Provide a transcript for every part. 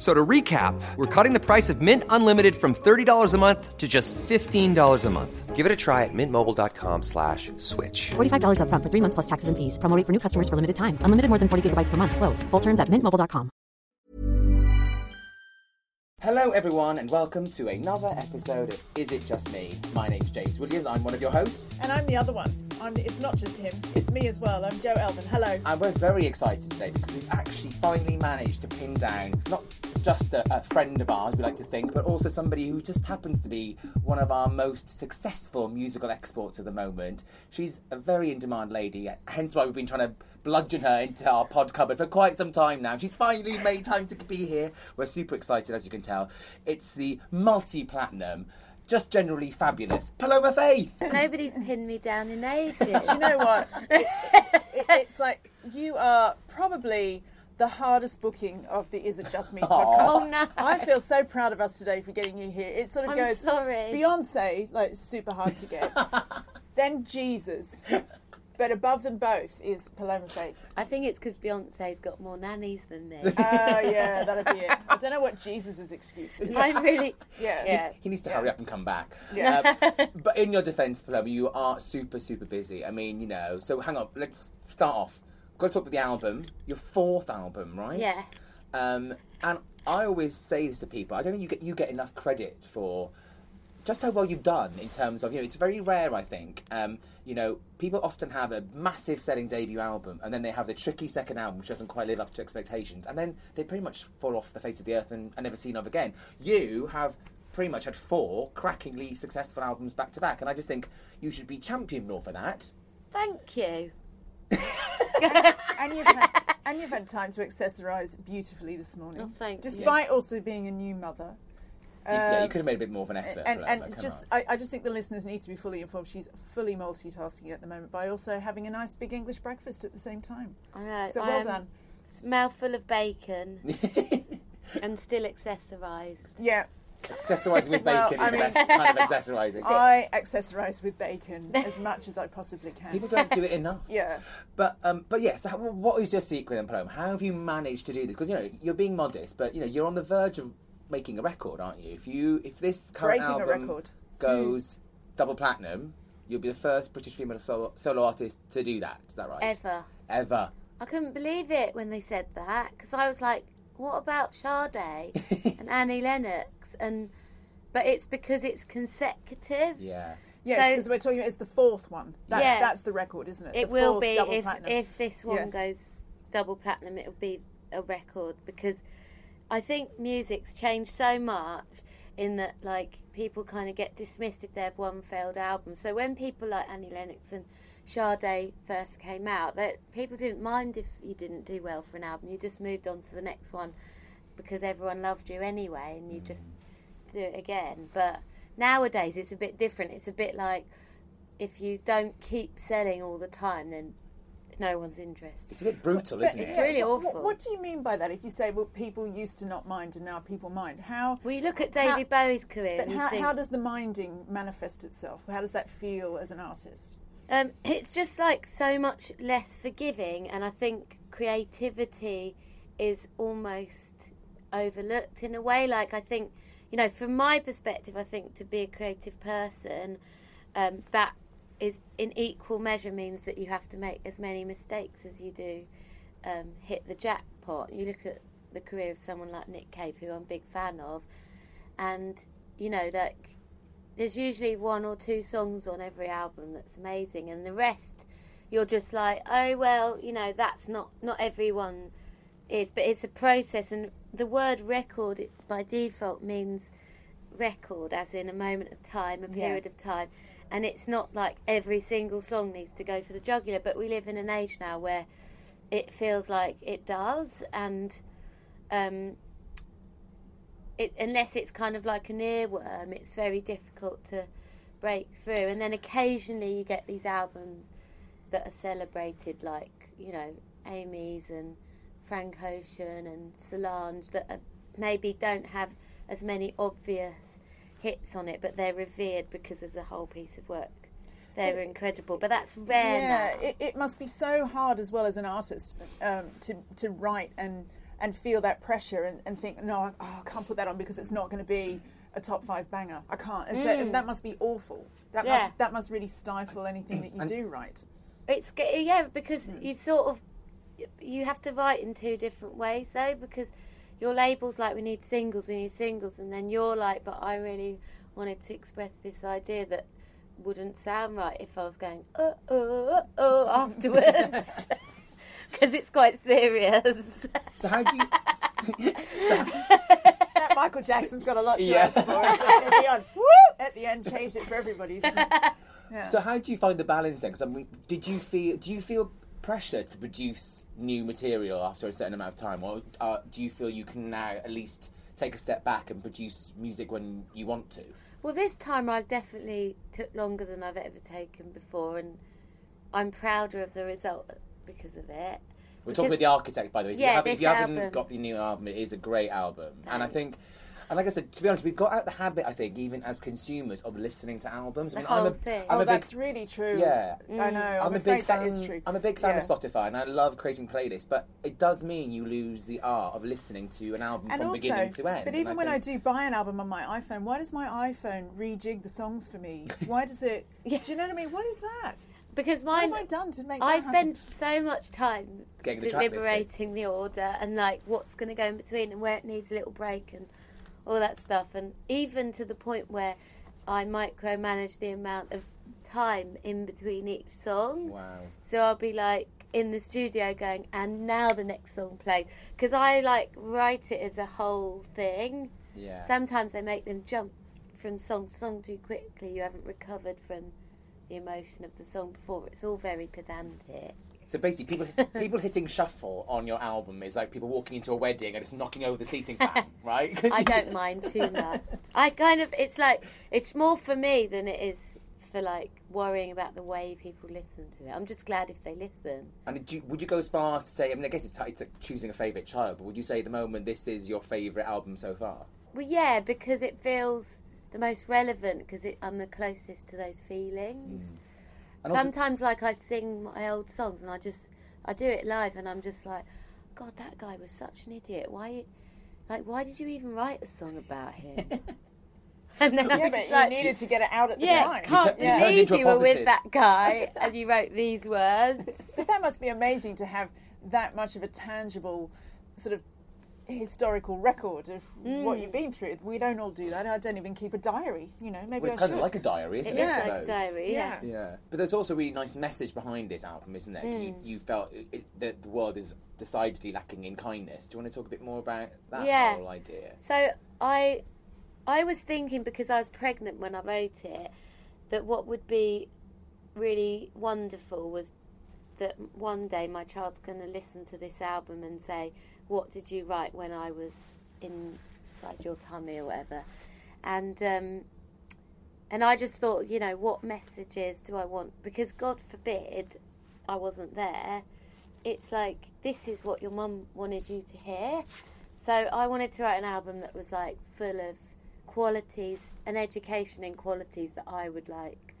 So to recap, we're cutting the price of Mint Unlimited from $30 a month to just $15 a month. Give it a try at mintmobile.com slash switch. $45 upfront for three months plus taxes and fees. Promote for new customers for limited time. Unlimited more than 40 gigabytes per month. Slows. Full terms at mintmobile.com. Hello, everyone, and welcome to another episode of Is It Just Me? My name's James Williams. I'm one of your hosts, And I'm the other one. I'm, it's not just him, it's me as well. I'm Joe Elvin. Hello. and we're very excited today because we've actually finally managed to pin down not just a, a friend of ours, we like to think, but also somebody who just happens to be one of our most successful musical exports at the moment. She's a very in demand lady, hence why we've been trying to bludgeon her into our pod cupboard for quite some time now. She's finally made time to be here. We're super excited, as you can tell. It's the multi platinum. Just generally fabulous. Paloma Faith! Nobody's pinned me down in ages. Do you know what? It- it- it's like you are probably the hardest booking of the Is It Just Me podcast. Oh, no. I feel so proud of us today for getting you here. It sort of I'm goes sorry. Beyonce, like super hard to get. then Jesus. But above them both is Paloma Faith. I think it's because Beyonce's got more nannies than me. Oh yeah, that'll be it. I don't know what Jesus' excuse is. I'm really. Yeah. Yeah. He needs to hurry up and come back. Um, but in your defence, Paloma, you are super, super busy. I mean, you know. So hang on, let's start off. Got to talk about the album, your fourth album, right? Yeah. Um, and I always say this to people. I don't think you get you get enough credit for just how well you've done in terms of you know it's very rare I think um, you know people often have a massive selling debut album and then they have the tricky second album which doesn't quite live up to expectations and then they pretty much fall off the face of the earth and are never seen of again you have pretty much had four crackingly successful albums back to back and I just think you should be championed more for that Thank you. And you've had, and you've had time to accessorise beautifully this morning. Oh, thank you. Despite also being a new mother. You- yeah you could have made a bit more of an effort Um, And, for that, but and come just, uh, on. I, I just think the listeners need to be fully informed. She's fully multitasking at the moment by also having a nice big English breakfast at the same time. I know. So I well am done. s- Mouthful of bacon and still accessorised. Yeah, accessorising with bacon Well, is I the mean- best kind of accessorising I accessorise with bacon as much as I possibly can. people don't do it enough yeah. But um, but yes, yeah, so how- what is your secret in Paloma? How have you managed to do this? Because you know you're being modest, but you know you're on the verge of making a record, aren't you? If you if this current Breaking a album record. goes double platinum, you'll be the first British female solo, solo artist to do that. Is that right? Ever. Ever. I couldn't believe it when they said that because I was like, what about Sade and Annie Lennox? And But it's because it's consecutive. Yeah. Yes, So- because we're talking about it's the fourth one. That's, Yeah. that's the record, isn't it? It The will fourth be double if, platinum. if this one Yeah. goes double platinum, it'll be a record because I think music's changed so much in that like people kind of get dismissed if they have one failed album. So when people like Annie Lennox and Sade first came out, that people didn't mind if you didn't do well for an album. You just moved on to the next one because everyone loved you anyway, and you just do it again. But nowadays it's a bit different. It's a bit like if you don't keep selling all the time, then no one's interested. It's a bit brutal, isn't It's it? really What- awful. What, what do you mean by that? If you say, well, people used to not mind and now people mind, how? well, you look at David Bowie's career. But and you how, think, how does the minding manifest itself? How does that feel as an artist? Um, it's just like so much less forgiving, and I think creativity is almost overlooked in a way. Like I think, you know, from my perspective, I think to be a creative person, um, that is in equal measure means that you have to make as many mistakes as you do um, hit the jackpot. You look at the career of someone like Nick Cave, who I'm a big fan of, and you know, like there's usually one or two songs on every album that's amazing, and the rest you're just like, oh well, you know, that's not not everyone is, but it's a process, and the word record by default means record, as in a moment of time, a period of time. And it's not like every single song needs to go for the jugular, but we live in an age now where it feels like it does, and um, it, unless it's kind of like an earworm, it's very difficult to break through. And then occasionally you get these albums that are celebrated, like you know Amy's and Frank Ocean and Solange, that are, maybe don't have as many obvious hits on it, but they're revered because as a whole piece of work, they're incredible. But that's rare yeah, now. it, it must be so hard as well as an artist um, to to write and and feel that pressure and, and think, no, I, oh, I can't put that on because it's not going to be a top five banger. I can't. And so that must be awful. That Mm. Yeah. must that must really stifle anything that you do write. It's sca- yeah, because you've sort of you have to write in two different ways though, because your label's like we need singles, we need singles, and then you're like, but I really wanted to express this idea that wouldn't sound right if I was going uh uh uh, uh afterwards. Because it's quite serious. So how do you? so, That Michael Jackson's got a lot to Yeah. answer for. At the end, woo, at the end, changed it for everybody. so how do you find the balance then? Because I mean, did you feel? Do you feel pressure to produce new material after a certain amount of time, or uh, do you feel you can now at least take a step back and produce music when you want to? Well, this time I definitely took longer than I've ever taken before, and I'm prouder of the result uh, because of it. We're talking Because- with the architect, by the way. If Yeah, you haven't, if this you haven't album. got the new album, it is a great album, and I think. And like I said, to be honest, we've got out the habit, I think, even as consumers, of listening to albums. I mean, I'm whole a, thing. I'm oh, a big that's really true. Yeah. Mm. I know. I'm, a afraid big fan. that is true. I'm a big fan Yeah. of Spotify, and I love creating playlists. But it does mean you lose the art of listening to an album And from also, beginning to end. but and even when I think- do buy an album on my iPhone, why does my iPhone rejig the songs for me? Why does it? Do you know what I mean? What is that? Because What mine, have I done to make I that spend so much time Getting the track listed. deliberating the order and like what's going to go in between and where it needs a little break and all that stuff. And even to the point where I micromanage the amount of time in between each song. wow, So I'll be like in the studio going, and now the next song plays. Because I like write it as a whole thing. yeah, Sometimes they make them jump from song to song too quickly. You haven't recovered from the emotion of the song before. It's all very pedantic. So basically, people people hitting shuffle on your album is like people walking into a wedding and just knocking over the seating fan, right? 'Cause I you- don't mind too much. I kind of, it's like, it's more for me than it is for like worrying about the way people listen to it. I'm just glad if they listen. And do you, would you go as far as to say? I mean, I guess it's, it's like choosing a favorite child, but would you say at the moment this is your favorite album so far? Well, yeah, because it feels the most relevant because I'm the closest to those feelings. And also- Sometimes, like, I sing my old songs and I just, I do it live and I'm just like, God, that guy was such an idiot. Why, like, why did you even write a song about him? and then Yeah, I'm but just you like, needed to get it out at the yeah, time. can't You tu- you turned believe into a you were positive. with that guy and you wrote these words. But that must be amazing to have that much of a tangible sort of historical record of what Mm. you've been through. We don't all do that. I don't even keep a diary. You know, maybe Well, it's I kind should. of like a diary, isn't It it? is I like a suppose? diary, yeah. yeah. Yeah, but there's also a really nice message behind this album, isn't there? You, Mm. you felt it, it, that the world is decidedly lacking in kindness. Do you want to talk a bit more about that Yeah. whole idea? So I, I was thinking because I was pregnant when I wrote it, that what would be really wonderful was that one day my child's going to listen to this album and say, "What did you write when I was inside your tummy or whatever?" And um, and I just thought, you know, what messages do I want? Because God forbid I wasn't there. It's like this is what your mum wanted you to hear. So I wanted to write an album that was like full of qualities and education in qualities that I would like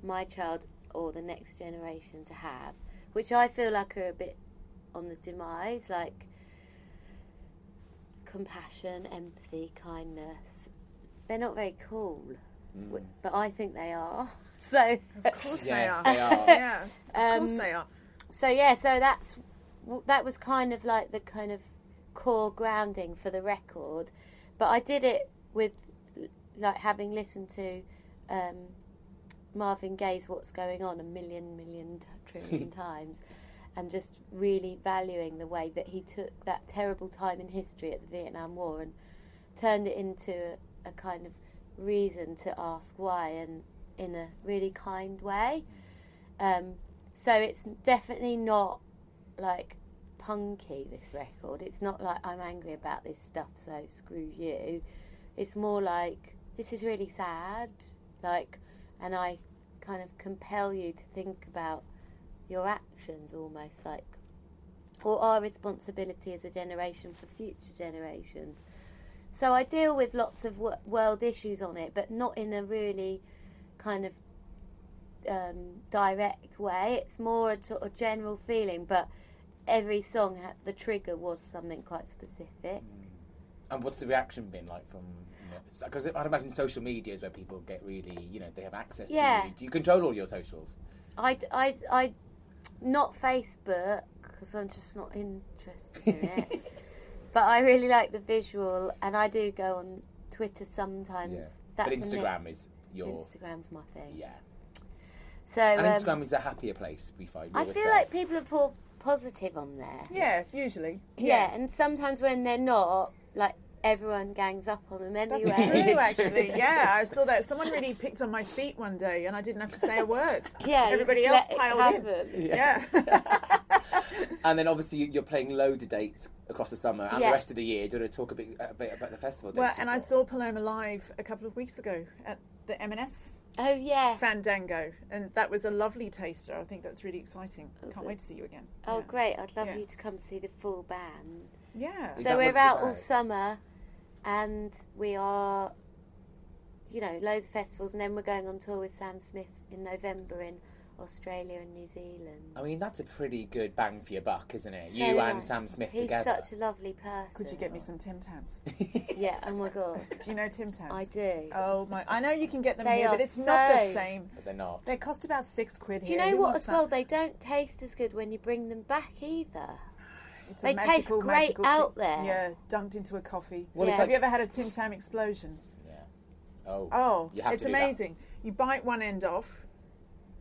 my child or the next generation to have, which I feel like are a bit on the demise. Like compassion, empathy, kindness. They're not very cool, w- but I think they are. So, Of Yes, course they are. they are. yeah, of Um, course they are. so yeah, so that's w- that was kind of like the kind of core grounding for the record, but I did it with l- like having listened to um, Marvin Gaye's "What's Going On" a million, million, t- trillion times, and just really valuing the way that he took that terrible time in history at the Vietnam War and turned it into a, a kind of reason to ask why and in a really kind way. Um, so it's definitely not like punky this record. It's not like I'm angry about this stuff, so screw you. It's more like this is really sad, like, and I kind of compel you to think about your actions almost like, or our responsibility as a generation for future generations. So I deal with lots of w- world issues on it, but not in a really kind of um, direct way. It's more a sort of general feeling, but every song had the trigger was something quite specific. Mm. And what's the reaction been like from? Because I'd imagine social media is where people get really, you know, they have access Yeah. to. you. Do you control all your socials? I, I, I not Facebook because I'm just not interested in it. but I really like the visual, and I do go on Twitter sometimes. That's but a mix. Instagram is your. Instagram's my thing. Yeah. So And um, Instagram is a happier place we find. we I always feel say. like people are poor positive on there. Yeah, usually. Yeah, and sometimes when they're not, like everyone gangs up on them anyway. That's true, actually. Yeah, I saw that. Someone really picked on my feet one day, and I didn't have to say a word. Yeah, you everybody else just let it piled in. happen. Yeah. And then obviously you- you're playing loads of dates across the summer and Yeah. the rest of the year. Do you want to talk a bit, a bit about the festival? well, dates and you've I got? saw Paloma live a couple of weeks ago at the M&S Oh yeah. Fandango, and that was a lovely taster. I think that's really exciting. Can't wait to see you again. Oh great! I'd love Yeah. you to come see the full band. Yeah. Is so that what we're it's out all about? summer, and we are, you know, loads of festivals, and then we're going on tour with Sam Smith in November in Australia and New Zealand. I mean, that's a pretty good bang for your buck, isn't it? So you and nice. Sam Smith He's together. such a lovely person. Could you get me some Tim Tams? Yeah. Oh my god. Do you know Tim Tams? I do. Oh my! I know you can get them They here, but are it's not the so- same. But they're not. They cost about six quid Do you here. know Who what? wants As well, that? they don't taste as good when you bring them back either. It's they a taste magical, great magical thing. out there. Yeah, dunked into a coffee. Well, it's Yeah. Have you like- ever had a Tim Tam explosion? Oh, Oh, you have it's to do that. amazing. You bite one end off,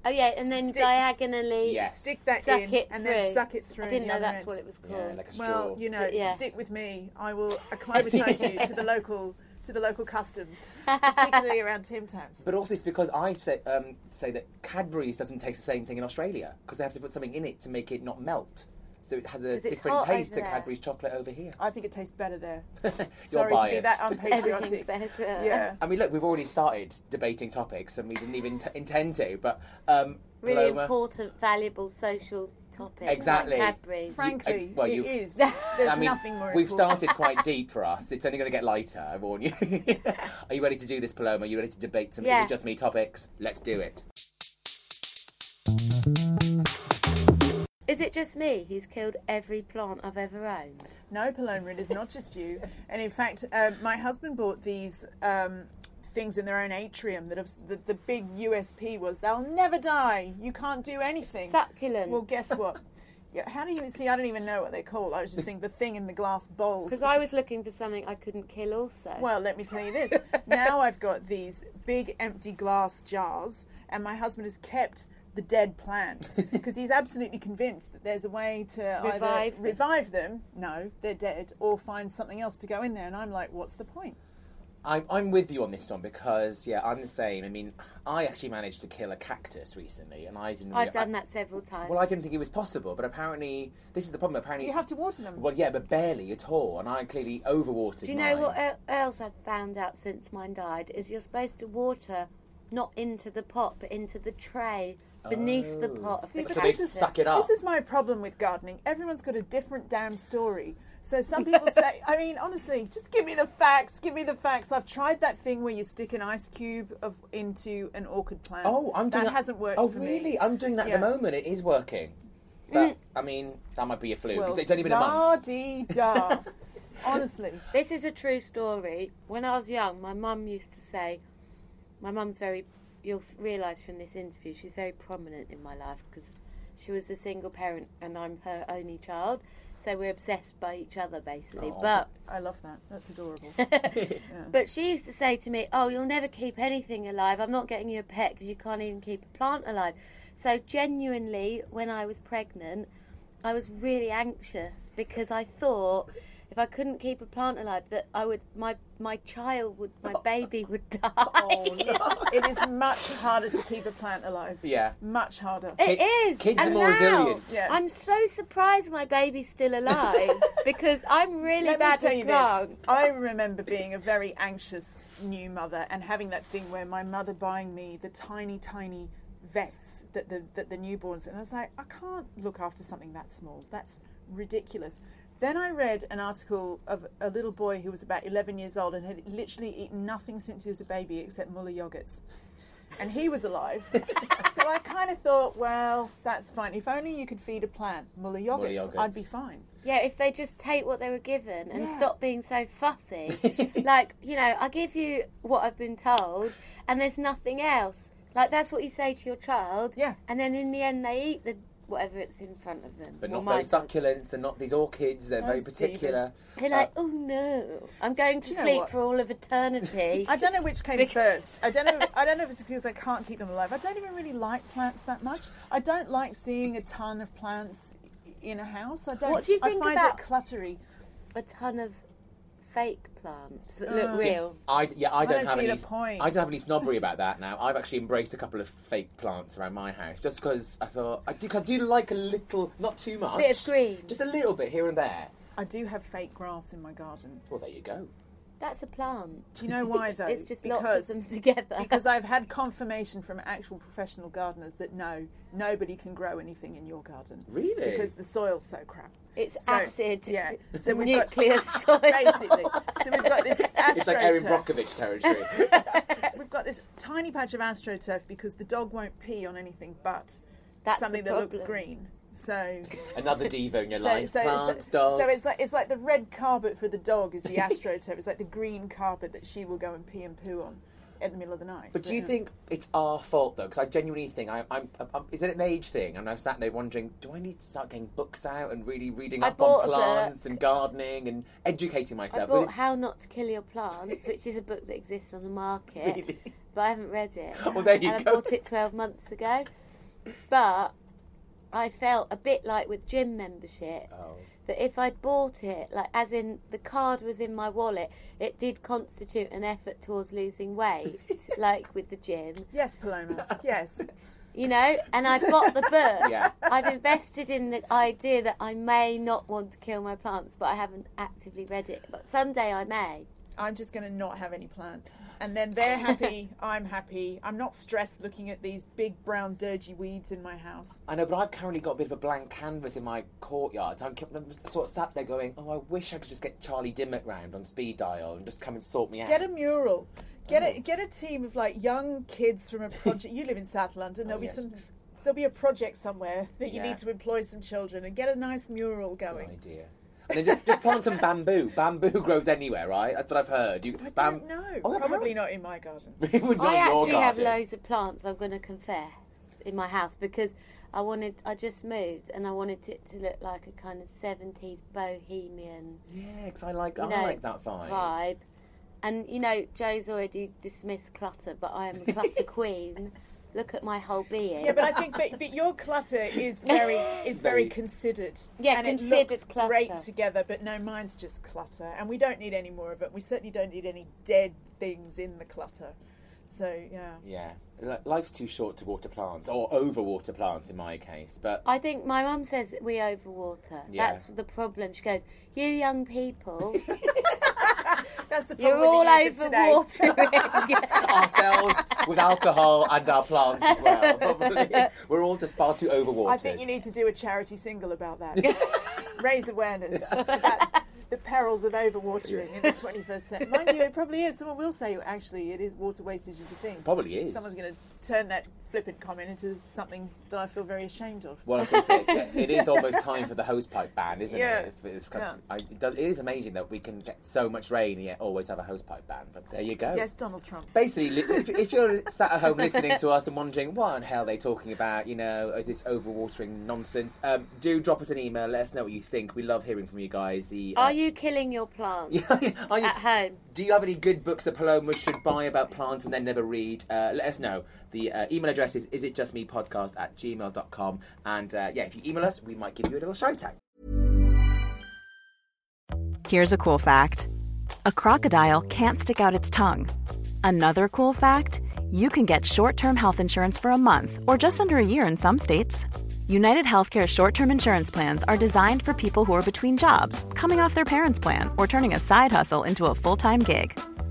Oh yeah, and then Sticks. diagonally Yeah. stick that suck in, it and through. then suck it through. I didn't the know other that's end. what it was called. Yeah, like a straw. Well, you know, But yeah. stick with me. I will acclimatise you to the local to the local customs, particularly around Tim Tams. But also, it's because I say um, say that Cadbury's doesn't taste the same thing in Australia because they have to put something in it to make it not melt. So it has a 'Cause it's different hot over taste to there. Cadbury's chocolate over here. I think it tastes better there. You're Sorry biased. to be that um, Everything's unpatriotic. better. Yeah. I mean, look, we've already started debating topics, and we didn't even t- intend to. But um, Really Paloma- important, valuable social topic. Exactly. Like Cadbury's. Frankly, well, you- it is. There's I mean, nothing more. we've important. started quite deep for us. It's only going to get lighter. I warn you. Are you ready to do this, Paloma? Are you ready to debate some? Yeah. Is it just me topics? Let's do it. Is it just me who's killed every plant I've ever owned? No, Paloma, it is not just you. And in fact, uh, my husband bought these um, things in their own atrium. That have, the, the big USP was they'll never die. You can't do anything. Succulents. Well, guess what? Yeah, how do you see? I don't even know what they call. I was just thinking the thing in the glass bowls. Because I was looking for something I couldn't kill. Also. Well, let me tell you this. now I've got these big empty glass jars, and my husband has kept the dead plants because he's absolutely convinced that there's a way to Revive either them. revive them. No, they're dead, or find something else to go in there. And I'm like, what's the point? I'm, I'm with you on this one because yeah, I'm the same. I mean, I actually managed to kill a cactus recently, and I didn't. I've rea- I- done that several times. Well, I didn't think it was possible, but apparently this is the problem. Apparently, Do you have to water them? Well, yeah, but barely at all, and I clearly overwatered. Do you know mine. what uh, el- else I've found out since mine died is you're supposed to water not into the pot but into the tray beneath the pot of Oh. See, the but So they this is- cactus. suck it up. This is my problem with gardening. Everyone's got a different damn story. So some people say, I mean, honestly, just give me the facts. Give me the facts. I've tried that thing where you stick an ice cube of into an orchid plant. Oh, I'm doing that hasn't worked Oh, for really? me. I'm doing that at the Yeah. Mm. moment. It is working. But I mean, that might be a fluke. it's, it's only been a month. La-dee-da. Honestly. This is a true story. When I was young, my mum used to say, my mum's very, you'll realise from this interview, she's very prominent in my life because she was a single parent and I'm her only child. So we're obsessed by each other basically. But I love that. That's adorable. but she used to say to me, "Oh, you'll never keep anything alive. I'm not getting you a pet because you can't even keep a plant alive." So genuinely, when I was pregnant, I was really anxious because I thought if I couldn't keep a plant alive, that I would my my child would my baby would die. it is much harder to keep a plant alive. Yeah. Much harder. It Kid- is. kids are and more now, resilient. Yeah. I'm so surprised my baby's still alive because I'm really Let me bad tell with you plants. this. I remember being a very anxious new mother and having that thing where my mother buying me the tiny, tiny vests that the that the newborns and I was like, I can't look after something that small. That's ridiculous. Then I read an article of a little boy who was about 11 years old and had literally eaten nothing since he was a baby except Muller yogurts. And he was alive. so I kind of thought, well, that's fine. If only you could feed a plant Muller yogurts, I'd yogurts. be fine. Yeah, if they just take what they were given and stop being so fussy. like, you know, I give you what I've been told and there's nothing else. Like, that's what you say to your child. Yeah. And then in the end, they eat the whatever it's in front of them. But Well, not mine those does. succulents and not these orchids. They're very Those particular. They're like, oh no, I'm going to you know sleep what? for all of eternity. I don't know which came Because- first. I don't know. I don't know if it's because I can't keep them alive. I don't even really like plants that much. I don't like seeing a ton of plants in a house. I don't. What do you think I find about- it cluttery. a ton of fake plants that Uh. look real. I, yeah, I don't, don't have see any. the point. I don't have any snobbery about that now. I've actually embraced a couple of fake plants around my house just because I thought I do, I do like a little, not too much, Bit of green. just a little bit here and there. I do have fake grass in my garden. Well, there you go. That's a plant. Do you know why though? It's just lots of them together. because I've had confirmation from actual professional gardeners that no, nobody can grow anything in your garden. Really? Because the soil's so crap. It's So- acid. Yeah. nuclear soil. Basically. So we've got this astroturf. It's like Erin Brockovich territory. We've got this tiny patch of astroturf because the dog won't pee on anything but That's something the that looks problem. green. So, Another diva in your so, life. so, plants, so, dogs. so it's like it's like the red carpet for the dog is the astroturf. it's like the green carpet that she will go and pee and poo on at the middle of the night. um, But do you think it's our fault though? Because I genuinely think I, I'm, I'm, Is it an age thing? And I sat there wondering, do I need to start getting books out and really reading I up bought on a plants book. and gardening and educating myself? I But bought it's- How Not to Kill Your Plants, which is a book that exists on the market, but I haven't read it. Well, Oh, there you and go. I bought it 12 months ago. But I felt a bit like with gym memberships Oh. that if I'd bought it, like as in the card was in my wallet, it did constitute an effort towards losing weight, like with the gym, Yes, Paloma. Yes. you know. And I've got the book. Yeah. I've invested in the idea that I may not want to kill my plants, but I haven't actively read it. But someday I may. I'm just going to not have any plants. And then they're happy, I'm happy. I'm not stressed looking at these big brown dirgy weeds in my house. I know, but I've currently got a bit of a blank canvas in my courtyard. I'm kept- I'm sort of sat there going, oh, I wish I could just get Charlie Dimmock round on speed dial and just come and sort me out. Get a mural. Get a get a team of like young kids from a project. You live in South London. There'll be yes. some. There'll be a project somewhere that you Yeah. need to employ some children and get a nice mural going. idea. And then just, just plant some bamboo. Bamboo grows anywhere, right? That's what I've heard. You, I bam- don't know. Oh, Probably not in my garden. It would not I in your actually have garden. loads of plants. I'm going to confess in my house because I wanted. I just moved and I wanted it to look like a kind of seventies bohemian, Yeah, because I like, you I know, like that vibe. vibe. And you know, Joe's already dismissed clutter, but I am a clutter queen. Look at my whole being. Yeah, but I think but, but your clutter is very is very, Very- considered. Yeah, and it considered looks clutter. great together. But no, mine's just clutter, and we don't need any more of it. We certainly don't need any dead things in the clutter. So yeah, Yeah. Li- Life's too short to water plants, or overwater plants in my case. But I think my mum says that we overwater. Yeah. That's the problem. She goes, "You young people, that's the problem. you're all with the youth of today. overwatering." ourselves with alcohol and our plants as well, probably. We're all just far too overwatered. I think you need to do a charity single about that. Raise awareness about the perils of overwatering in the 21st century. Mind you, it probably is. Someone will say, actually, it is water wastage is a thing. Probably is. Someone's going to turn that flippant comment into something that I feel very ashamed of. Well, I was going to say, it- it is almost time for the hosepipe ban, isn't Yeah. it? If it's kind of- Yeah. I, it, does, it is amazing that we can get so much rain and yet always have a hosepipe ban, but there you go. yes, Donald Trump. Basically, li- if, if you're sat at home listening to us and wondering what in hell are they talking about, you know, uh, this overwatering nonsense, um, do drop us an email. Let us know what you think. We love hearing from you guys. The uh, Are you killing your plants Are you- at home? Do you have any good books that Paloma should buy about plants and then never read? Uh, let us know. The uh, email address is isitjustmepodcast at gmail.com. And uh, yeah, if you email us, we might give you a little shout out. Here's a cool fact a crocodile can't stick out its tongue. Another cool fact you can get short term health insurance for a month or just under a year in some states. United Healthcare short term insurance plans are designed for people who are between jobs, coming off their parents' plan, or turning a side hustle into a full time gig.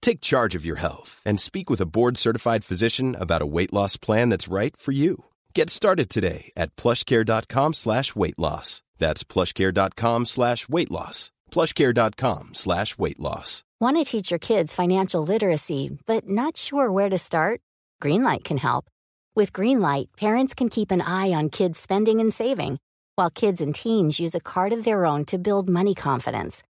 Take charge of your health and speak with a board-certified physician about a weight loss plan that's right for you. Get started today at plushcare.com slash weight loss. That's plushcare.com slash weight loss. plushcare.com slash weight loss. Want to teach your kids financial literacy, but not sure where to start? Greenlight can help. With Greenlight, parents can keep an eye on kids' spending and saving, while kids and teens use a card of their own to build money confidence.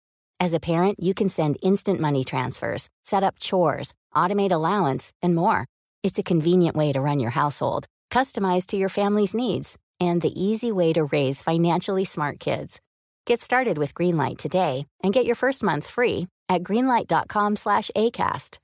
As a parent, you can send instant money transfers, set up chores, automate allowance, and more. It's a convenient way to run your household, customized to your family's needs, and the easy way to raise financially smart kids. Get started with Greenlight today and get your first month free at greenlight.com slash ACAST.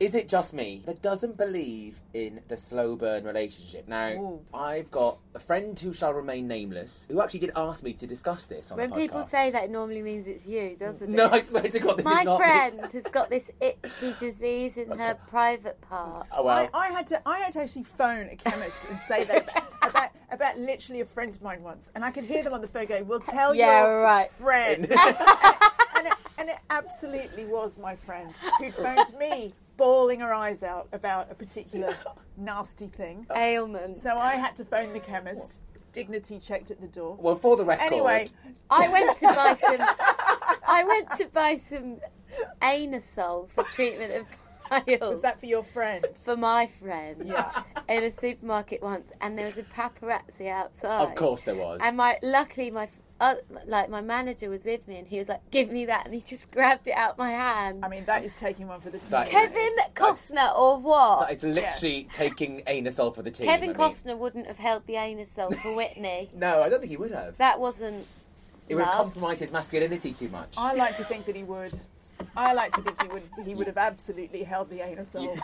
Is it just me that doesn't believe in the slow burn relationship? Now, I've got a friend who shall remain nameless who actually did ask me to discuss this on When the podcast. people say that, it normally means it's you, doesn't no, it? I swear to God, this My is not me. friend has got this itchy disease in her private part. Oh, well. I, I had to I had to actually phone a chemist and say that about, about about literally a friend of mine once, and I could hear them on the phone going, "We'll tell Yeah, your right. friend," and, it, and it absolutely was my friend who'd phoned me, bawling her eyes out about a particular nasty thing. Ailment. So I had to phone the chemist. Dignity checked at the door. Well, for the record, Anyway, I went to buy some. I went to buy some anasol for treatment of bile was that for your friend? for my friend in a supermarket once, and there was a paparazzi outside. Of course there was. And my luckily my f- uh, like my manager was with me, and he was like, "Give me that," and he just grabbed it out my hand. I mean, that is taking one for the team. That is- Kevin Costner or what? it's literally taking anasol for the team. I Kevin mean. Costner wouldn't have held the anasol for Whitney. No, I don't think he would have. that wasn't. It would have Love. compromised his masculinity too much. I like to think that he would. I like to think he would. He would have absolutely held the anasol.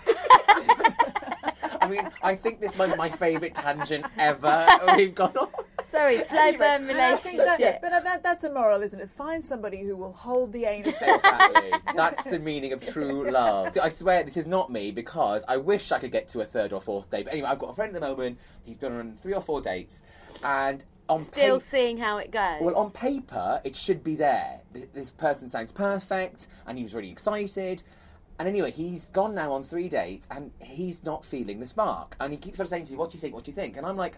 I mean, I think this might be my favourite tangent ever. We've gone on. Sorry, slow burn And I think that- relationship. but that, that's a moral, isn't it? Find somebody who will hold the anasol. Exactly. That's the meaning of true love. I swear this is not me because I wish I could get to a third or fourth date. But anyway, I've got a friend at the moment. He's been on three or four dates, and on Still pa- seeing how it goes. Well, on paper, it should be there. Th- This person sounds perfect, and he was really excited. And anyway, he's gone now on three dates, and he's not feeling the spark. And he keeps sort of saying to me, "What do you think? What do you think?" And I'm like,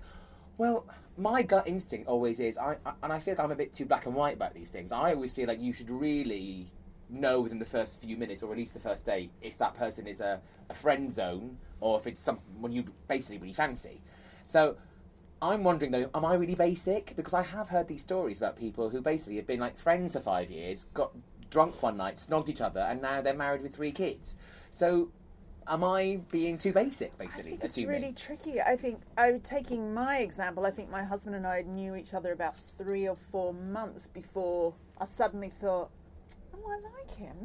"Well, my gut instinct always is, I, I and I feel like I'm a bit too black and white about these things. I always feel like you should really know within the first few minutes, or at least the first date, if that person is a, a friend zone, or if it's someone you basically really fancy." So I'm wondering though, am I really basic? Because I have heard these stories about people who basically have been like friends for five years, got drunk one night, snogged each other, and now they're married with three kids. So, am I being too basic? I Basically, think it's assuming. really tricky. I think, I, taking my example, I think my husband and I knew each other about three or four months before I suddenly thought, oh, I like him.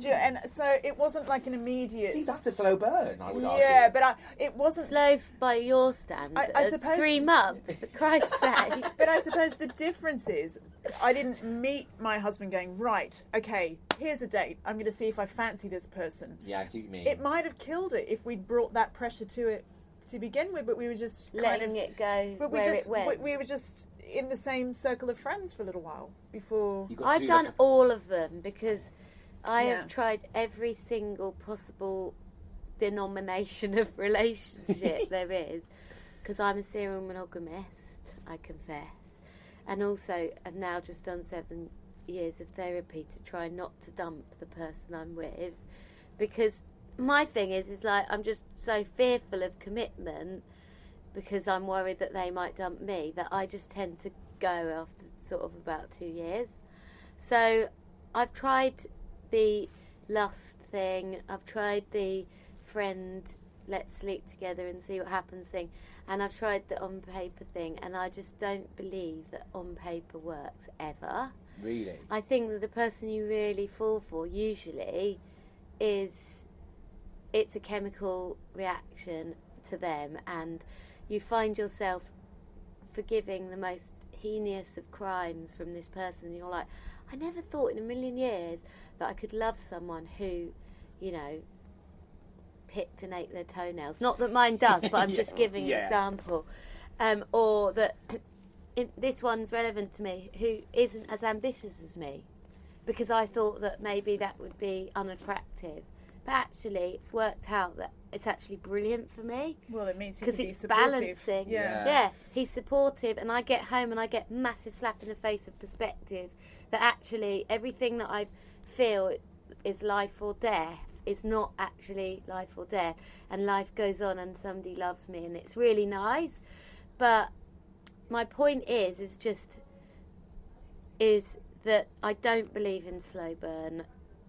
Do you- and so it wasn't like an immediate. See, that's a slow burn, I would argue. yeah, but I, it wasn't. Slow by your standards. suppose- three months, for Christ's sake. But I suppose the difference is, I didn't meet my husband going right. Okay, here's a date. I'm going to see if I fancy this person. Yeah, I see what you mean. It might have killed it if we'd brought that pressure to it to begin with, but we were just kind Letting of- it go But we where just it went. we, we were just in the same circle of friends for a little while before. You got I've two done up- all of them because I Yeah. have tried every single possible denomination of relationship there is because I'm a serial monogamist, I confess. And also, I've now just done seven years of therapy to try not to dump the person I'm with because my thing is, is like I'm just so fearful of commitment because I'm worried that they might dump me that I just tend to go after sort of about two years. So I've tried the lust thing, I've tried the friend, let's sleep together and see what happens thing, and I've tried the on paper thing, and I just don't believe that on paper works ever. Really? I think that the person you really fall for usually is it's a chemical reaction to them and you find yourself forgiving the most heinous of crimes from this person and you're like I never thought in a million years that I could love someone who you know picked and ate their toenails not that mine does but I'm just giving Yeah. an example um, or that in, this one's relevant to me who isn't as ambitious as me because I thought that maybe that would be unattractive. But actually, it's worked out that it's actually brilliant for me Well, it means he because can be it's supportive. balancing. Yeah. Yeah. he's supportive, and I get home and I get massive slap in the face of perspective that actually everything that I feel is life or death is not actually life or death, and life goes on, and somebody loves me, and it's really nice. But my point is, is just is that I don't believe in slow burn,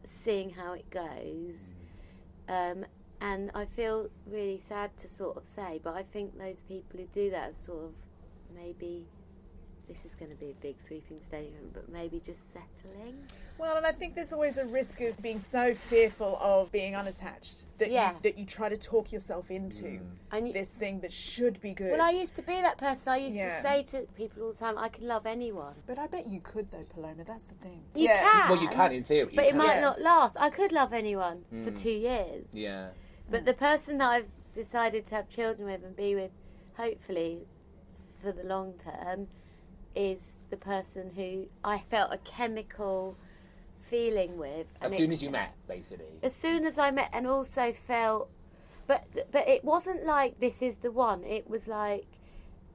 seeing how it goes. Um, and I feel really sad to sort of say, but I think those people who do that are sort of maybe this is going to be a big sweeping statement, but maybe just settling. Well, and I think there's always a risk of being so fearful of being unattached that Yeah. you, that you try to talk yourself into And you- this thing that should be good. Well, I used to be that person. I used Yeah. to say to people all the time, I can love anyone. but I bet you could though, Paloma. That's the thing. You yeah. can. Well, you can in theory. you But it can. might Yeah. not last. I could love anyone for two years. Yeah. But the person that I've decided to have children with and be with, hopefully, for the long term, is the person who I felt a chemical feeling with. and As soon it- as you met, basically. As soon as I met, and also felt, but but it wasn't like this is the one. It was like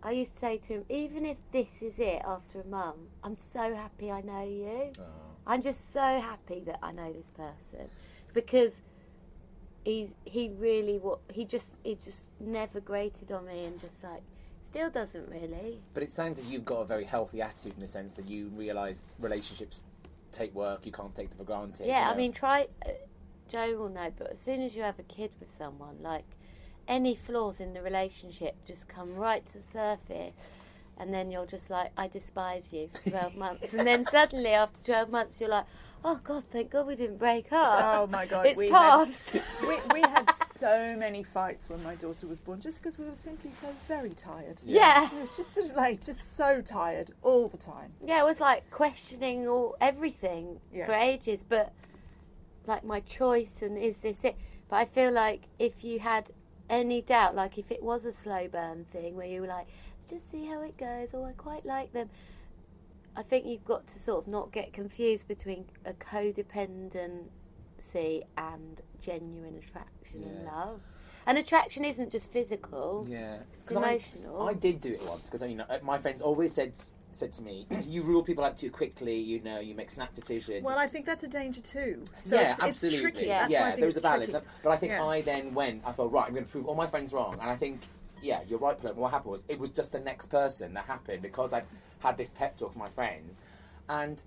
I used to say to him, even if this is it after a month, I'm so happy I know you. I'm just so happy that I know this person because he's he really what he just he just never grated on me and just like still doesn't really. But it sounds like you've got a very healthy attitude in the sense that you realise relationships take work, you can't take them for granted. Yeah, you I know. mean, try. Uh, Joe will know, but as soon as you have a kid with someone, like any flaws in the relationship just come right to the surface, and then you're just like, I despise you for 12 months. And then suddenly, after 12 months, you're like, oh God, thank God we didn't break up. Oh my god, It's we past. Had, we, we had so many fights when my daughter was born, just because we were simply so very tired. Yeah. we were just sort of like just so tired all the time. Yeah, it was like questioning all everything Yeah. for ages, but like my choice and is this it? But I feel like if you had any doubt, like if it was a slow burn thing where you were like, let's just see how it goes, or I quite like them, I think you've got to sort of not get confused between a codependency and genuine attraction and Yeah. love. And attraction isn't just physical. Yeah, It's 'Cause I- emotional. I, did do it once because you know my friends always said said to me, "You rule people out too quickly. You know, you make snap decisions." Well, I think that's a danger too. So yeah, it's, absolutely. it's tricky. Yeah, That's why I think there was it's a balance. tricky. But I think Yeah. I then went. I thought, right, I'm going to prove all my friends wrong. And I think, yeah, you're right, Paloma. What happened was it was just the next person that happened because I had this pep talk from my friends, and.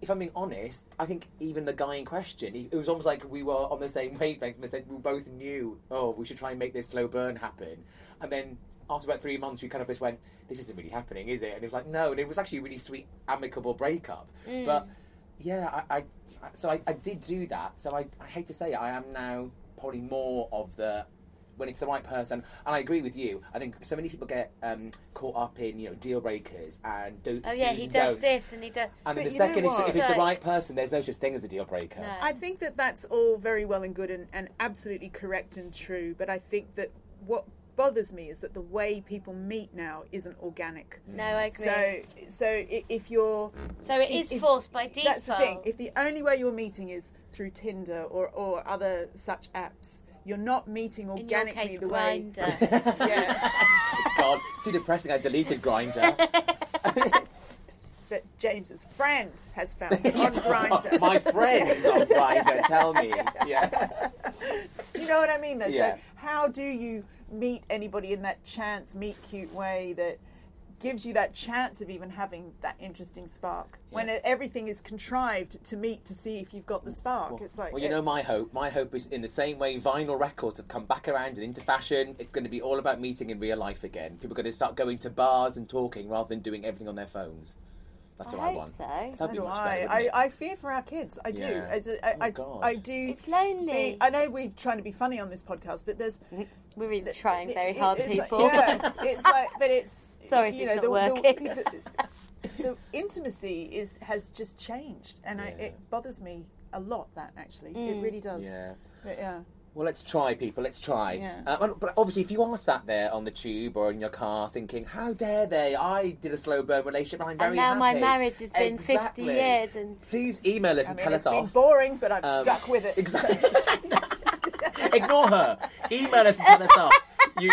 If I'm being honest, I think even the guy in question, he, it was almost like we were on the same wavelength. And they said we both knew, oh, we should try and make this slow burn happen. And then after about three months, we kind of just Mm. went, this isn't really happening, is it? And it was like, no. And it was actually a really sweet, amicable breakup. But yeah, I, I I- so I, I did do that. So I, I hate to say it, I am now probably more of the when it's the right person. And I agree with you. I think so many people get um, caught up in you know deal breakers and do. Oh yeah, do's he and does don'ts. this and he does. And then But the you know second, if, what? if it's the So- right person, there's no such thing as a deal breaker. No. I think that that's all very well and good and, and absolutely correct and true, but I think that what bothers me is that the way people meet now isn't organic. Mm. No, I agree. So, so i- if you're, So it if- is forced by if- That's the thing. default. If the only way you're meeting is through Tinder or, or other such apps, you're not meeting in your organically case, the way. Grindr. Yeah. Oh, God, it's too depressing. I deleted Grinder. that James's friend has found on Grindr. My friends on Grinder, tell me. Yeah. Do you know what I mean? Though, Yeah. so how do you meet anybody in that chance meet cute way that gives you that chance of even having that interesting spark when it, everything is contrived to meet to see if you've got the spark? it's like Well, you know my hope. My hope is in the same way vinyl records have come back around and into fashion. It's going to be all about meeting in real life again. People are going to start going to bars and talking rather than doing everything on their phones. That's what I hope want. so. That'd be do much I. better. I, wouldn't it? I fear for our kids. I do. Yeah. As a- I, I, Oh, I God. do. It's lonely. be- I know we're trying to be funny on this podcast, but there's We're really trying very It- hard, it's people. Like, yeah, it's like, but it's Sorry if you know, it's the, not working. The, the, the intimacy is has just changed, and I, it bothers me a lot. That actually, it Mm. really does. Yeah. But yeah. Well, let's try, people. Let's try. Yeah. Uh, and- but obviously, if you are sat there on the tube or in your car thinking, "How dare they? I did a slow burn relationship, and I'm very and now my happy." marriage has been 50 Exactly. years and Please email us I and mean, tell it's us been off. Um, boring, but I've stuck with it. Exactly. Ignore her. Email us and tell us off. You,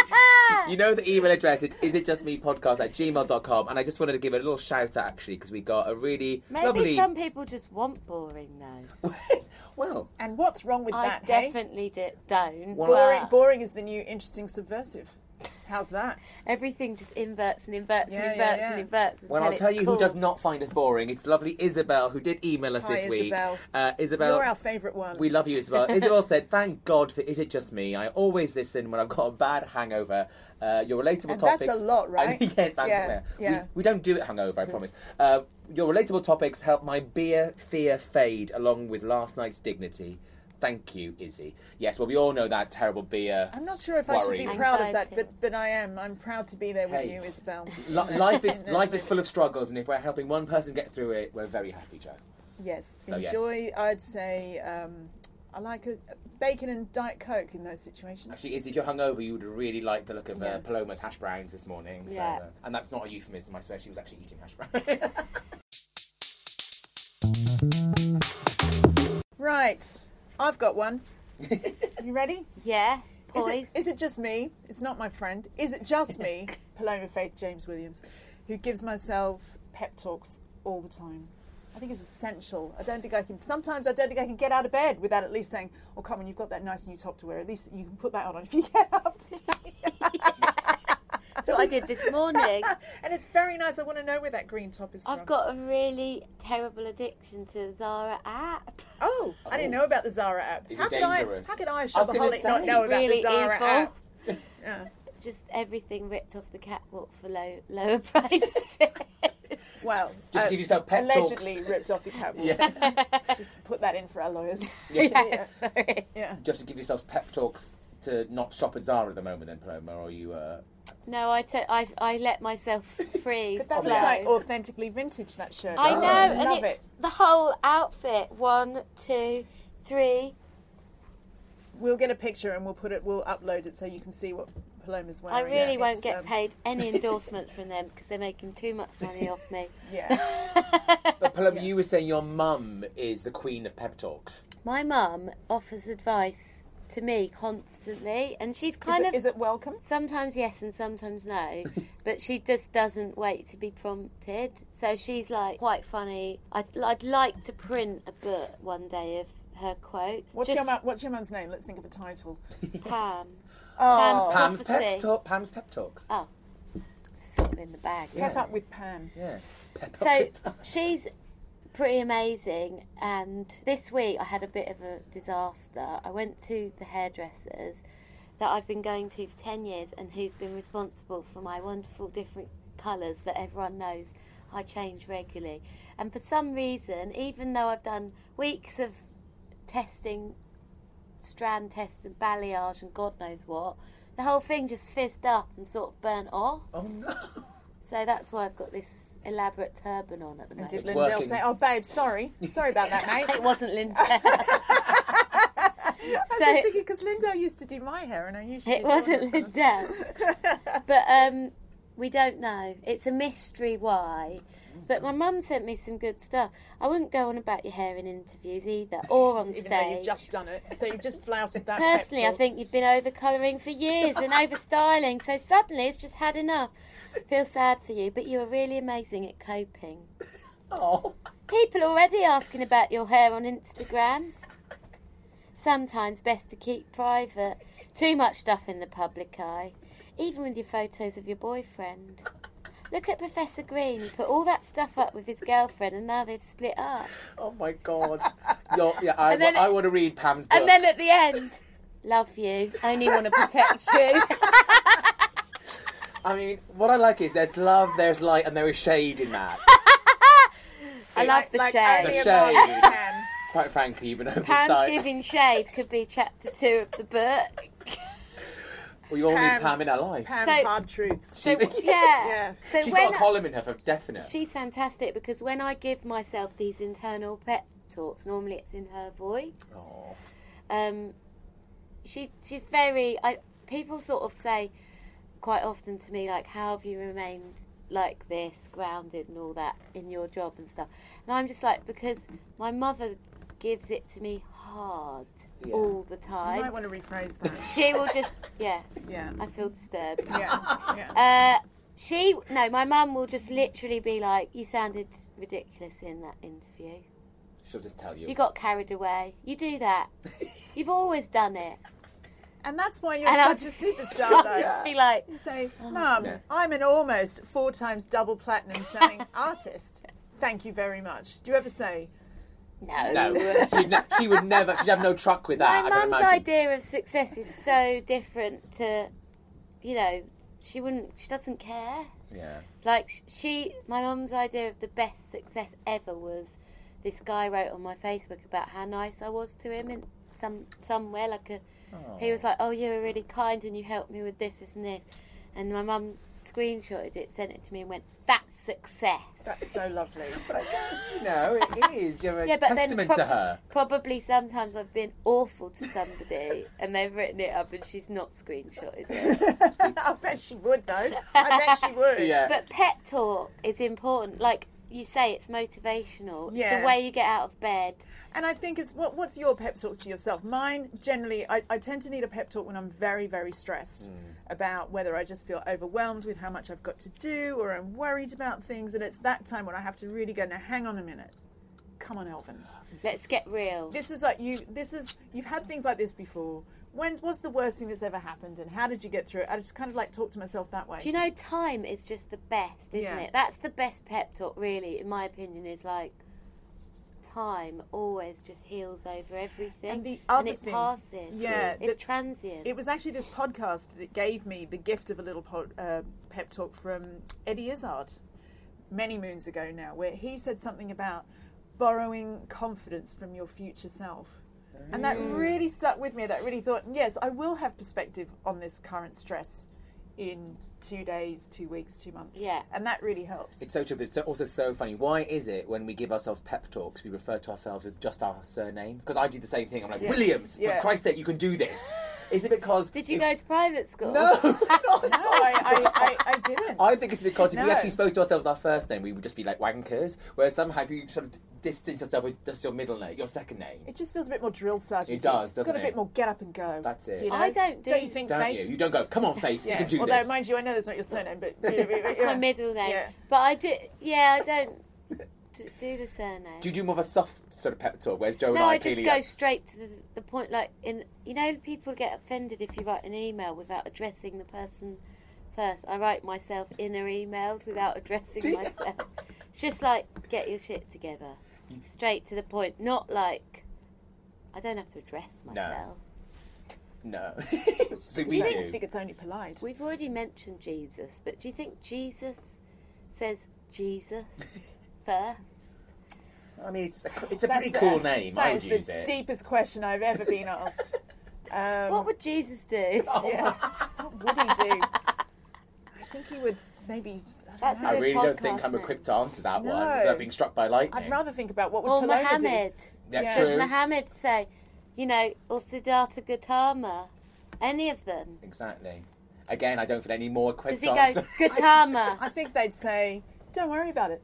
you know the email address. It's is it just me podcast at gmail.com. And I just wanted to give a little shout out actually because we got a really maybe lovely. some people just want boring though well, And what's wrong with i that? hey? definitely di- don't boring. but Boring is the new interesting subversive. How's that? everything just inverts and inverts Yeah, yeah, and inverts yeah. and inverts well, until I'll tell it's you cool. who does not find us boring. It's lovely Isabel who did email us Hi, this week. Isabel. Uh, Isabel, You're our favourite one. We love you, Isabel. Isabel said, "Thank God for is it just me? I always listen when I've got a bad hangover. Uh, your relatable And that's topics. a lot, right? yes, I'm Yeah, aware. yeah. We, we don't do it hangover, I promise. Uh, your relatable topics help my beer fear fade along with last night's dignity. Thank you, Izzy. Yes, well, we all know that terrible beer. I'm not sure if I should be worry. proud of that, Anxiety. but but I am. I'm proud to be there with Hey. you, Isabel. Li- life is Those life is full of moments. struggles, and if we're helping one person get through it, we're very happy, Joe. Yes, So, yes. enjoy. I'd say um, I like a bacon and diet coke in those situations. Actually, Izzy, if you're hungover, you would really like the look of Yeah. uh, Paloma's hash browns this morning. So, Yeah. uh, and that's not a euphemism. I swear she was actually eating hash browns. Right, I've got one. you ready? yeah Is it, poised is it just me? It's not my friend. Is it just me? Paloma Faith James Williams, who gives myself pep talks all the time. I think it's essential. I don't think I can. Sometimes I don't think I can get out of bed without at least saying, "Oh, come on, you've got that nice new top to wear. At least you can put that on if you get up today." that's what i did this morning and it's very nice. I want to know where that green top is from. i've got a really terrible addiction to the zara app Oh, I didn't know about the Zara app. Is how it could dangerous? I, how could I, I was gonna shopaholic, not say. know about really Oh, the Zara evil app? just everything ripped off the catwalk for low, lower prices Well, uh, Just give yourself pep talks. allegedly ripped off the catwalk. Just put that in for our lawyers. yeah, sorry. Just to give yourselves pep talks to not shop at Zara at the moment, then Paloma, or you? Uh... No, I, t- I, I let myself free. But that flow. was like authentically vintage. That shirt. Oh, I know, and love it's it. the whole outfit. One, two, three. We'll get a picture and we'll put it. We'll upload it so you can see what Paloma's wearing. I really won't It's, get um, paid any endorsements from them because they're making too much money off me. Yeah. But Paloma, you were saying your mum is the queen of pep talks. My mum offers advice to me constantly, and she's Is kind it, of is it welcome? sometimes yes and sometimes no but she just doesn't wait to be prompted so she's like quite funny I, i'd like to print a book one day of her quote What's Just your mum, what's your mum's name? Let's think of a title. pam Oh, Pam's pep, prophecy. talk, Pam's pep talks. oh sort of in the bag Pep up with Pam. Yeah. Pep so she's pretty amazing and this week i had a bit of a disaster i went to the hairdressers that i've been going to for 10 years and who's been responsible for my wonderful different colours that everyone knows I change regularly. And for some reason, even though I've done weeks of testing, strand tests and balayage and God knows what, the whole thing just fizzed up and sort of burnt off. Oh no. So that's why I've got this elaborate turban on at the And moment. did It's Lindell working. say, "Oh, babe, sorry, sorry about that, mate"? it wasn't Linda. I was just So- thinking because Lindell used to do my hair, and I usually It wasn't Lindell. but um, we don't know. It's a mystery why. But my mum sent me some good stuff. I wouldn't go on about your hair in interviews either, or on Even though you've stage. just done it, so you've just flouted that. pep Personally, I talk. think you've been over colouring for years and over styling, so suddenly it's just had enough. I feel sad for you, but you are really amazing at coping. Oh. People already asking about your hair on Instagram. Sometimes best to keep private. Too much stuff in the public eye, even with your photos of your boyfriend. Look at Professor Green. He put all that stuff up with his girlfriend, and now they've split up. Oh my god. You're, yeah, I, And then- I want to read Pam's book. And then at the end, love you. Only want to protect you. I mean, what I like is there's love, there's light, and there is shade in that. I love the like shade. earlier The shade. Mark Pam. Quite frankly, you've been Pam's overstyled. giving shade could be chapter two of the book. We all need Pam's- Pam in our life. Pam's So- hard truths. So yeah. Yeah. So She's when got a column in her for definite. She's fantastic because when I give myself these internal pep talks, normally it's in her voice. Oh. Um, she's she's very. I people sort of say quite often to me like, "How have you remained like this, grounded and all that in your job and stuff?" And I'm just like, because my mother gives it to me hard Yeah. all the I time. might want to rephrase that. She will just yeah. Yeah. I feel disturbed. Yeah. yeah. Uh, she no, my mum will just literally be like, "You sounded ridiculous in that interview. She'll just tell you. You got carried away. You do that. You've always done it." And that's why you're And I'll such just- a superstar, I'll though. just "Oh, be like, Say, Mum, I'm an almost four times double platinum selling artist. Thank you very much. Do you ever say, "No." no, she'd ne- she would never. She'd have no truck with that. My I can mum's imagine. idea of success is so different to, you know, she wouldn't. She doesn't care. Yeah. Like she, my mum's idea of the best success ever was this guy wrote on my Facebook about how nice I was to him in some somewhere like a. He was like, "Oh, you were really kind, and you helped me with this, this, and this," and my mum screenshotted it, sent it to me, and went, "That's success." that's so lovely? But I guess you know it is. You're a yeah, but testament then prob- to her. probably sometimes I've been awful to somebody, and they've written it up, and she's not screenshotted it. I bet she would, though. I bet she would. Yeah. But pep talk is important. Like you say, it's motivational. It's Yeah. the way you get out of bed. And I think it's what, what's your pep talks to yourself? Mine, generally, I, I tend to need a pep talk when I'm very, very stressed Mm. about whether I just feel overwhelmed with how much I've got to do or I'm worried about things. And it's that time when I have to really go, now hang on a minute. Come on, Elvin. Let's get real. This is like you, this is, you've had things like this before. When was the worst thing that's ever happened and how did you get through it? I just kind of like talk to myself that way. Do you know time is just the best, isn't Yeah. it? That's the best pep talk, really, in my opinion, is like time always just heals over everything. And the other it thing- passes. yeah, It's the- transient. It was actually this podcast that gave me the gift of a little pod, uh, pep talk from Eddie Izzard many moons ago now, where he said something about borrowing confidence from your future self. And that Mm. really stuck with me. That really thought, yes, I will have perspective on this current stress in two days, two weeks, two months. Yeah. And that really helps. It's so true, but it's also so funny. Why is it when we give ourselves pep talks, we refer to ourselves with just our surname? Because I do the same thing. I'm like, Williams, Yeah. for Christ's sake, you can do this. Is it because. Did you if- go to private school? No! no, I, I, I, I didn't. I think it's because if No. we actually spoke to ourselves with our first name, we would just be like wankers. Whereas somehow if you sort of distance yourself with just your middle name, your second name. It just feels a bit more drill sergeant. It does, It's got doesn't a bit it? more get up and go. That's it. You know? I don't do- Don't you think, Don't Faith? you? You don't go, come on, Faith, you can do Although, this. mind you, I know that's not your surname, but That's my middle name. Yeah. But I do. Yeah, I don't d- do the surname. do you do more of a soft sort of pep talk? Whereas Joe and No, I, I just clearly go are- straight to the, the point. Like in, you know, people get offended if you write an email without addressing the person first. I write myself inner emails without addressing myself. It's just like get your shit together, straight to the point. Not like I don't have to address myself. No. so we I don't do. think it's only polite. We've already mentioned Jesus, but do you think Jesus says Jesus first. I mean, it's a, it's a That's pretty the- cool name. That I is would use the it. deepest question I've ever been asked. Um, Oh, What would Jesus do? yeah. what would he do? I think he would maybe. I don't That's know. a I good really don't think podcast I'm name. equipped to answer that one No. without being struck by lightning. I'd rather think about what would Or Paloma Mohammed. Yeah, Yeah. Does true. Mohammed say, you know, or Siddhartha Gautama? Any of them? Exactly. Again, I don't feel any more equipped Does he to go, answer. do? I Gautama? think they'd say, "Don't worry about it.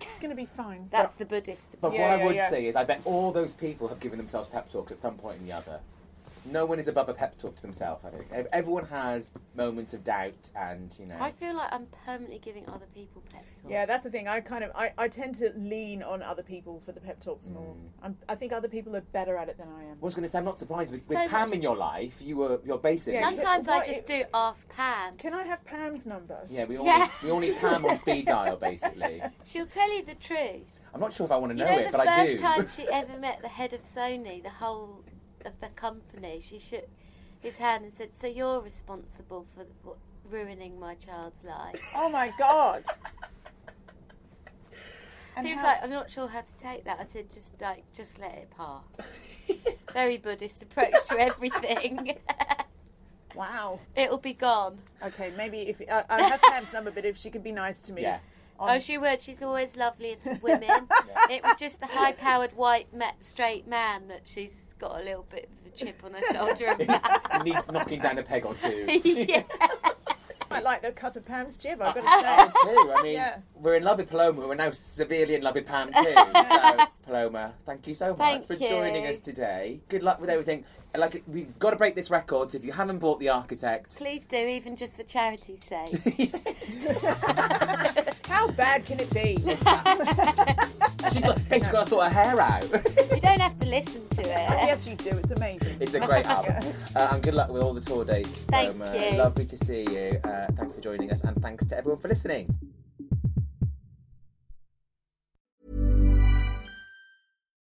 It's going to be fine." That's the Buddhist. But Yeah, what yeah, I would yeah. say is, I bet all those people have given themselves pep talks at some point or the other. No one is above a pep talk to themselves. I think Ev- everyone has moments of doubt, and you know, I feel like I'm permanently giving other people pep talks. yeah, that's the thing. I kind of I, I tend to lean on other people for the pep talks more. Mm. I'm, I think other people are better at it than I am. was going to say I'm not surprised with, So with Pam much- in your life. You were your basic. Yeah. Sometimes What I just it- do ask Pam. Can I have Pam's number? Yeah, we all Yeah. Need, we all need Pam on speed dial, basically. She'll tell you the truth. I'm not sure if I want to You know, know, it, the but I do. first time she e- ever met the head of Sony, the whole of the company, she shook his hand and said, "So you're responsible for what, ruining my child's life." Oh my god. And he was how- like, "I'm not sure how to take that." I said, "Just like, just let it pass." Very Buddhist approach to everything. wow. It'll be gone. Okay, maybe if I I have Pam's number, but if she could be nice to me. Um, Yeah. on- oh, she would. She's always lovely to women. It was just the high-powered white ma- straight man that she's got a little bit of a chip on her shoulder about. It needs knocking down a peg or two. yeah. I like the cut of Pam's jib. I've got to say. too. I mean, Yeah. we're in love with Paloma. We're now severely in love with Pam too. So, Paloma, thank you so much Thank for you. joining us today. Good luck with everything. And, Like we've got to break this record. So if you haven't bought the Architect, Please do, even just for charity's sake. How bad can it be? she's got, she's got to sort her hair out. you don't have to listen to it. yes, you do. It's amazing. it's a great album. Uh, and good luck with all the tour dates, Thank Paloma. you. Lovely to see you. Uh, thanks for joining us, and thanks to everyone for listening.